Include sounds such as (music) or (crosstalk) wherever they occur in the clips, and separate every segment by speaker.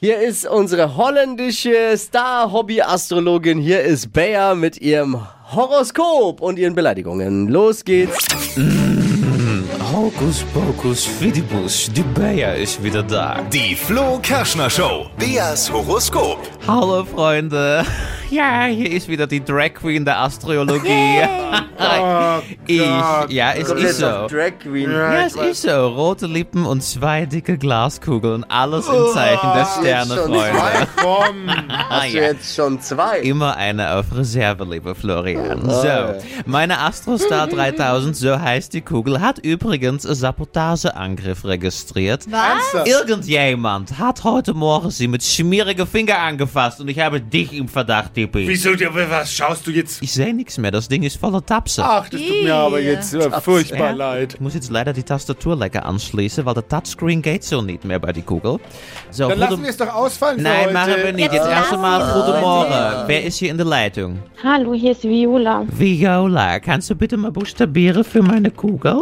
Speaker 1: Hier ist unsere holländische Star-Hobby-Astrologin. Hier ist Bea mit ihrem Horoskop und ihren Beleidigungen. Los geht's.
Speaker 2: Hokus pokus fidibus, die Bea ist wieder da.
Speaker 3: Die Flo Kerschner Show. Beas Horoskop.
Speaker 2: Hallo Freunde. (laughs) Ja, hier ist wieder die Drag Queen der Astrologie. (laughs) ich, ja, es ist so.
Speaker 1: Oh Drag Queen.
Speaker 2: Ja, es ist so. Rote Lippen und zwei dicke Glaskugeln. Alles im Zeichen der Sterne,
Speaker 1: Oh, schon
Speaker 2: Freunde. (laughs) Ah,
Speaker 1: Hast du
Speaker 2: ja.
Speaker 1: jetzt schon zwei?
Speaker 2: Immer eine auf Reserve, lieber Florian.
Speaker 4: Oh.
Speaker 2: So, meine Astrostar 3000, so heißt die Kugel, hat übrigens einen Sabotageangriff registriert.
Speaker 4: Was?
Speaker 2: Irgendjemand hat heute Morgen sie mit schmierigen Finger angefasst und ich habe dich im Verdacht, Tippi.
Speaker 5: Wieso, dir- was schaust du jetzt?
Speaker 2: Ich sehe nichts mehr, das Ding ist voller Tapse.
Speaker 5: Ach, das tut mir aber jetzt äh, furchtbar Ah, leid.
Speaker 2: Ich muss jetzt leider die Tastatur lecker anschließen, weil der Touchscreen geht so nicht mehr bei die Kugel. So,
Speaker 5: Dann
Speaker 2: gute-
Speaker 5: lassen wir es doch ausfallen für
Speaker 2: Nein,
Speaker 5: heute.
Speaker 2: machen wir nicht. Jetzt
Speaker 4: Jetzt
Speaker 2: erst
Speaker 4: lassen
Speaker 2: einmal
Speaker 4: wir's
Speaker 2: guten
Speaker 4: heute.
Speaker 2: Morgen. Wer ist hier in der Leitung?
Speaker 6: Hallo, hier ist Viola.
Speaker 2: Viola, kannst du bitte mal buchstabieren für meine Kugel?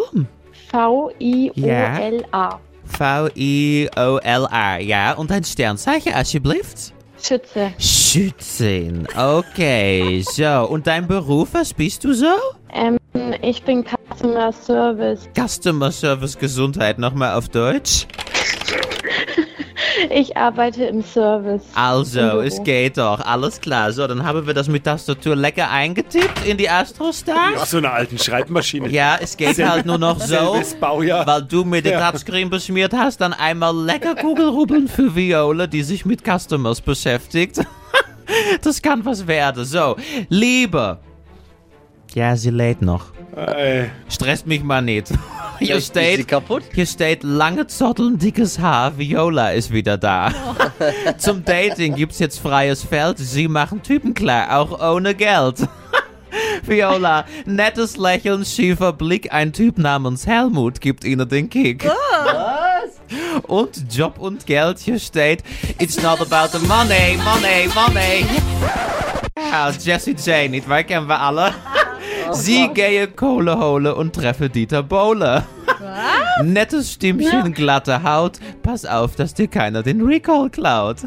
Speaker 6: V-I-O-L-A.
Speaker 2: V-I-O-L-A, ja. Und ein Sternzeichen, alsjeblieft.
Speaker 6: Schütze.
Speaker 2: Schützin. Okay, so. Und dein Beruf, was bist du so?
Speaker 6: Ähm, ich bin Customer Service.
Speaker 2: Customer Service Gesundheit, nochmal auf Deutsch.
Speaker 6: Ich arbeite im Service.
Speaker 2: Also,
Speaker 6: Hallo.
Speaker 2: es geht doch. Alles klar. So, dann haben wir das mit Tastatur lecker eingetippt in die
Speaker 5: Ach,
Speaker 2: Astrostar.
Speaker 5: so eine alten Schreibmaschine.
Speaker 2: Ja, es geht halt nur noch so.
Speaker 5: Selbes Baujahr.
Speaker 2: Weil du mir den
Speaker 5: Ja.
Speaker 2: Touchscreen beschmiert hast, dann einmal lecker Kugelrubbeln für Viola, die sich mit Customers beschäftigt. (laughs) Das kann was werden. So, Liebe. Ja, sie lädt noch.
Speaker 5: Ey,
Speaker 2: Stresst mich mal nicht. Hier
Speaker 1: Ist die
Speaker 2: steht,
Speaker 1: kaputt?
Speaker 2: hier steht lange Zotteln, dickes Haar, Viola ist wieder da. Zum Dating gibt's jetzt freies Feld, sie machen Typen klar, auch ohne Geld. (laughs) Viola, nettes Lächeln, schiefer Blick, ein Typ namens Helmut gibt ihnen den Kick. Was? Und Job und Geld, hier steht, it's not about the money, money, money. Ja, Jesse J, nicht wahr, kennen wir
Speaker 6: (laughs)
Speaker 2: alle.
Speaker 6: Oh
Speaker 2: Sie gehe Kohle hole und treffe Dieter Bohle. Nettes Stimmchen, glatte Haut. Pass auf, dass dir keiner den Recall
Speaker 6: (laughs)
Speaker 2: klaut.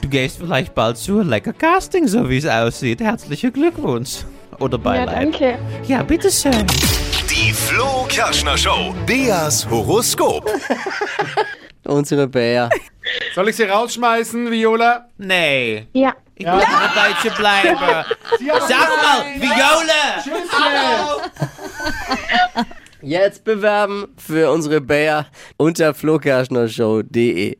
Speaker 2: Du gehst vielleicht bald zu lecker Casting, so wie es aussieht. Herzlichen Glückwunsch. Oder
Speaker 6: Ja,
Speaker 2: Beileid.
Speaker 6: danke.
Speaker 2: Ja, bitteschön.
Speaker 3: Die Flo Kerschner Show. Beas Horoskop.
Speaker 1: Unsere Bea.
Speaker 5: soll ich sie rausschmeißen, Viola?
Speaker 2: Nee,
Speaker 6: Ja.
Speaker 2: ich muss noch ein Deutsche bleiben. Sag mal, Viole!
Speaker 1: Jetzt bewerben für unsere Bea unter flokerschnershow.de.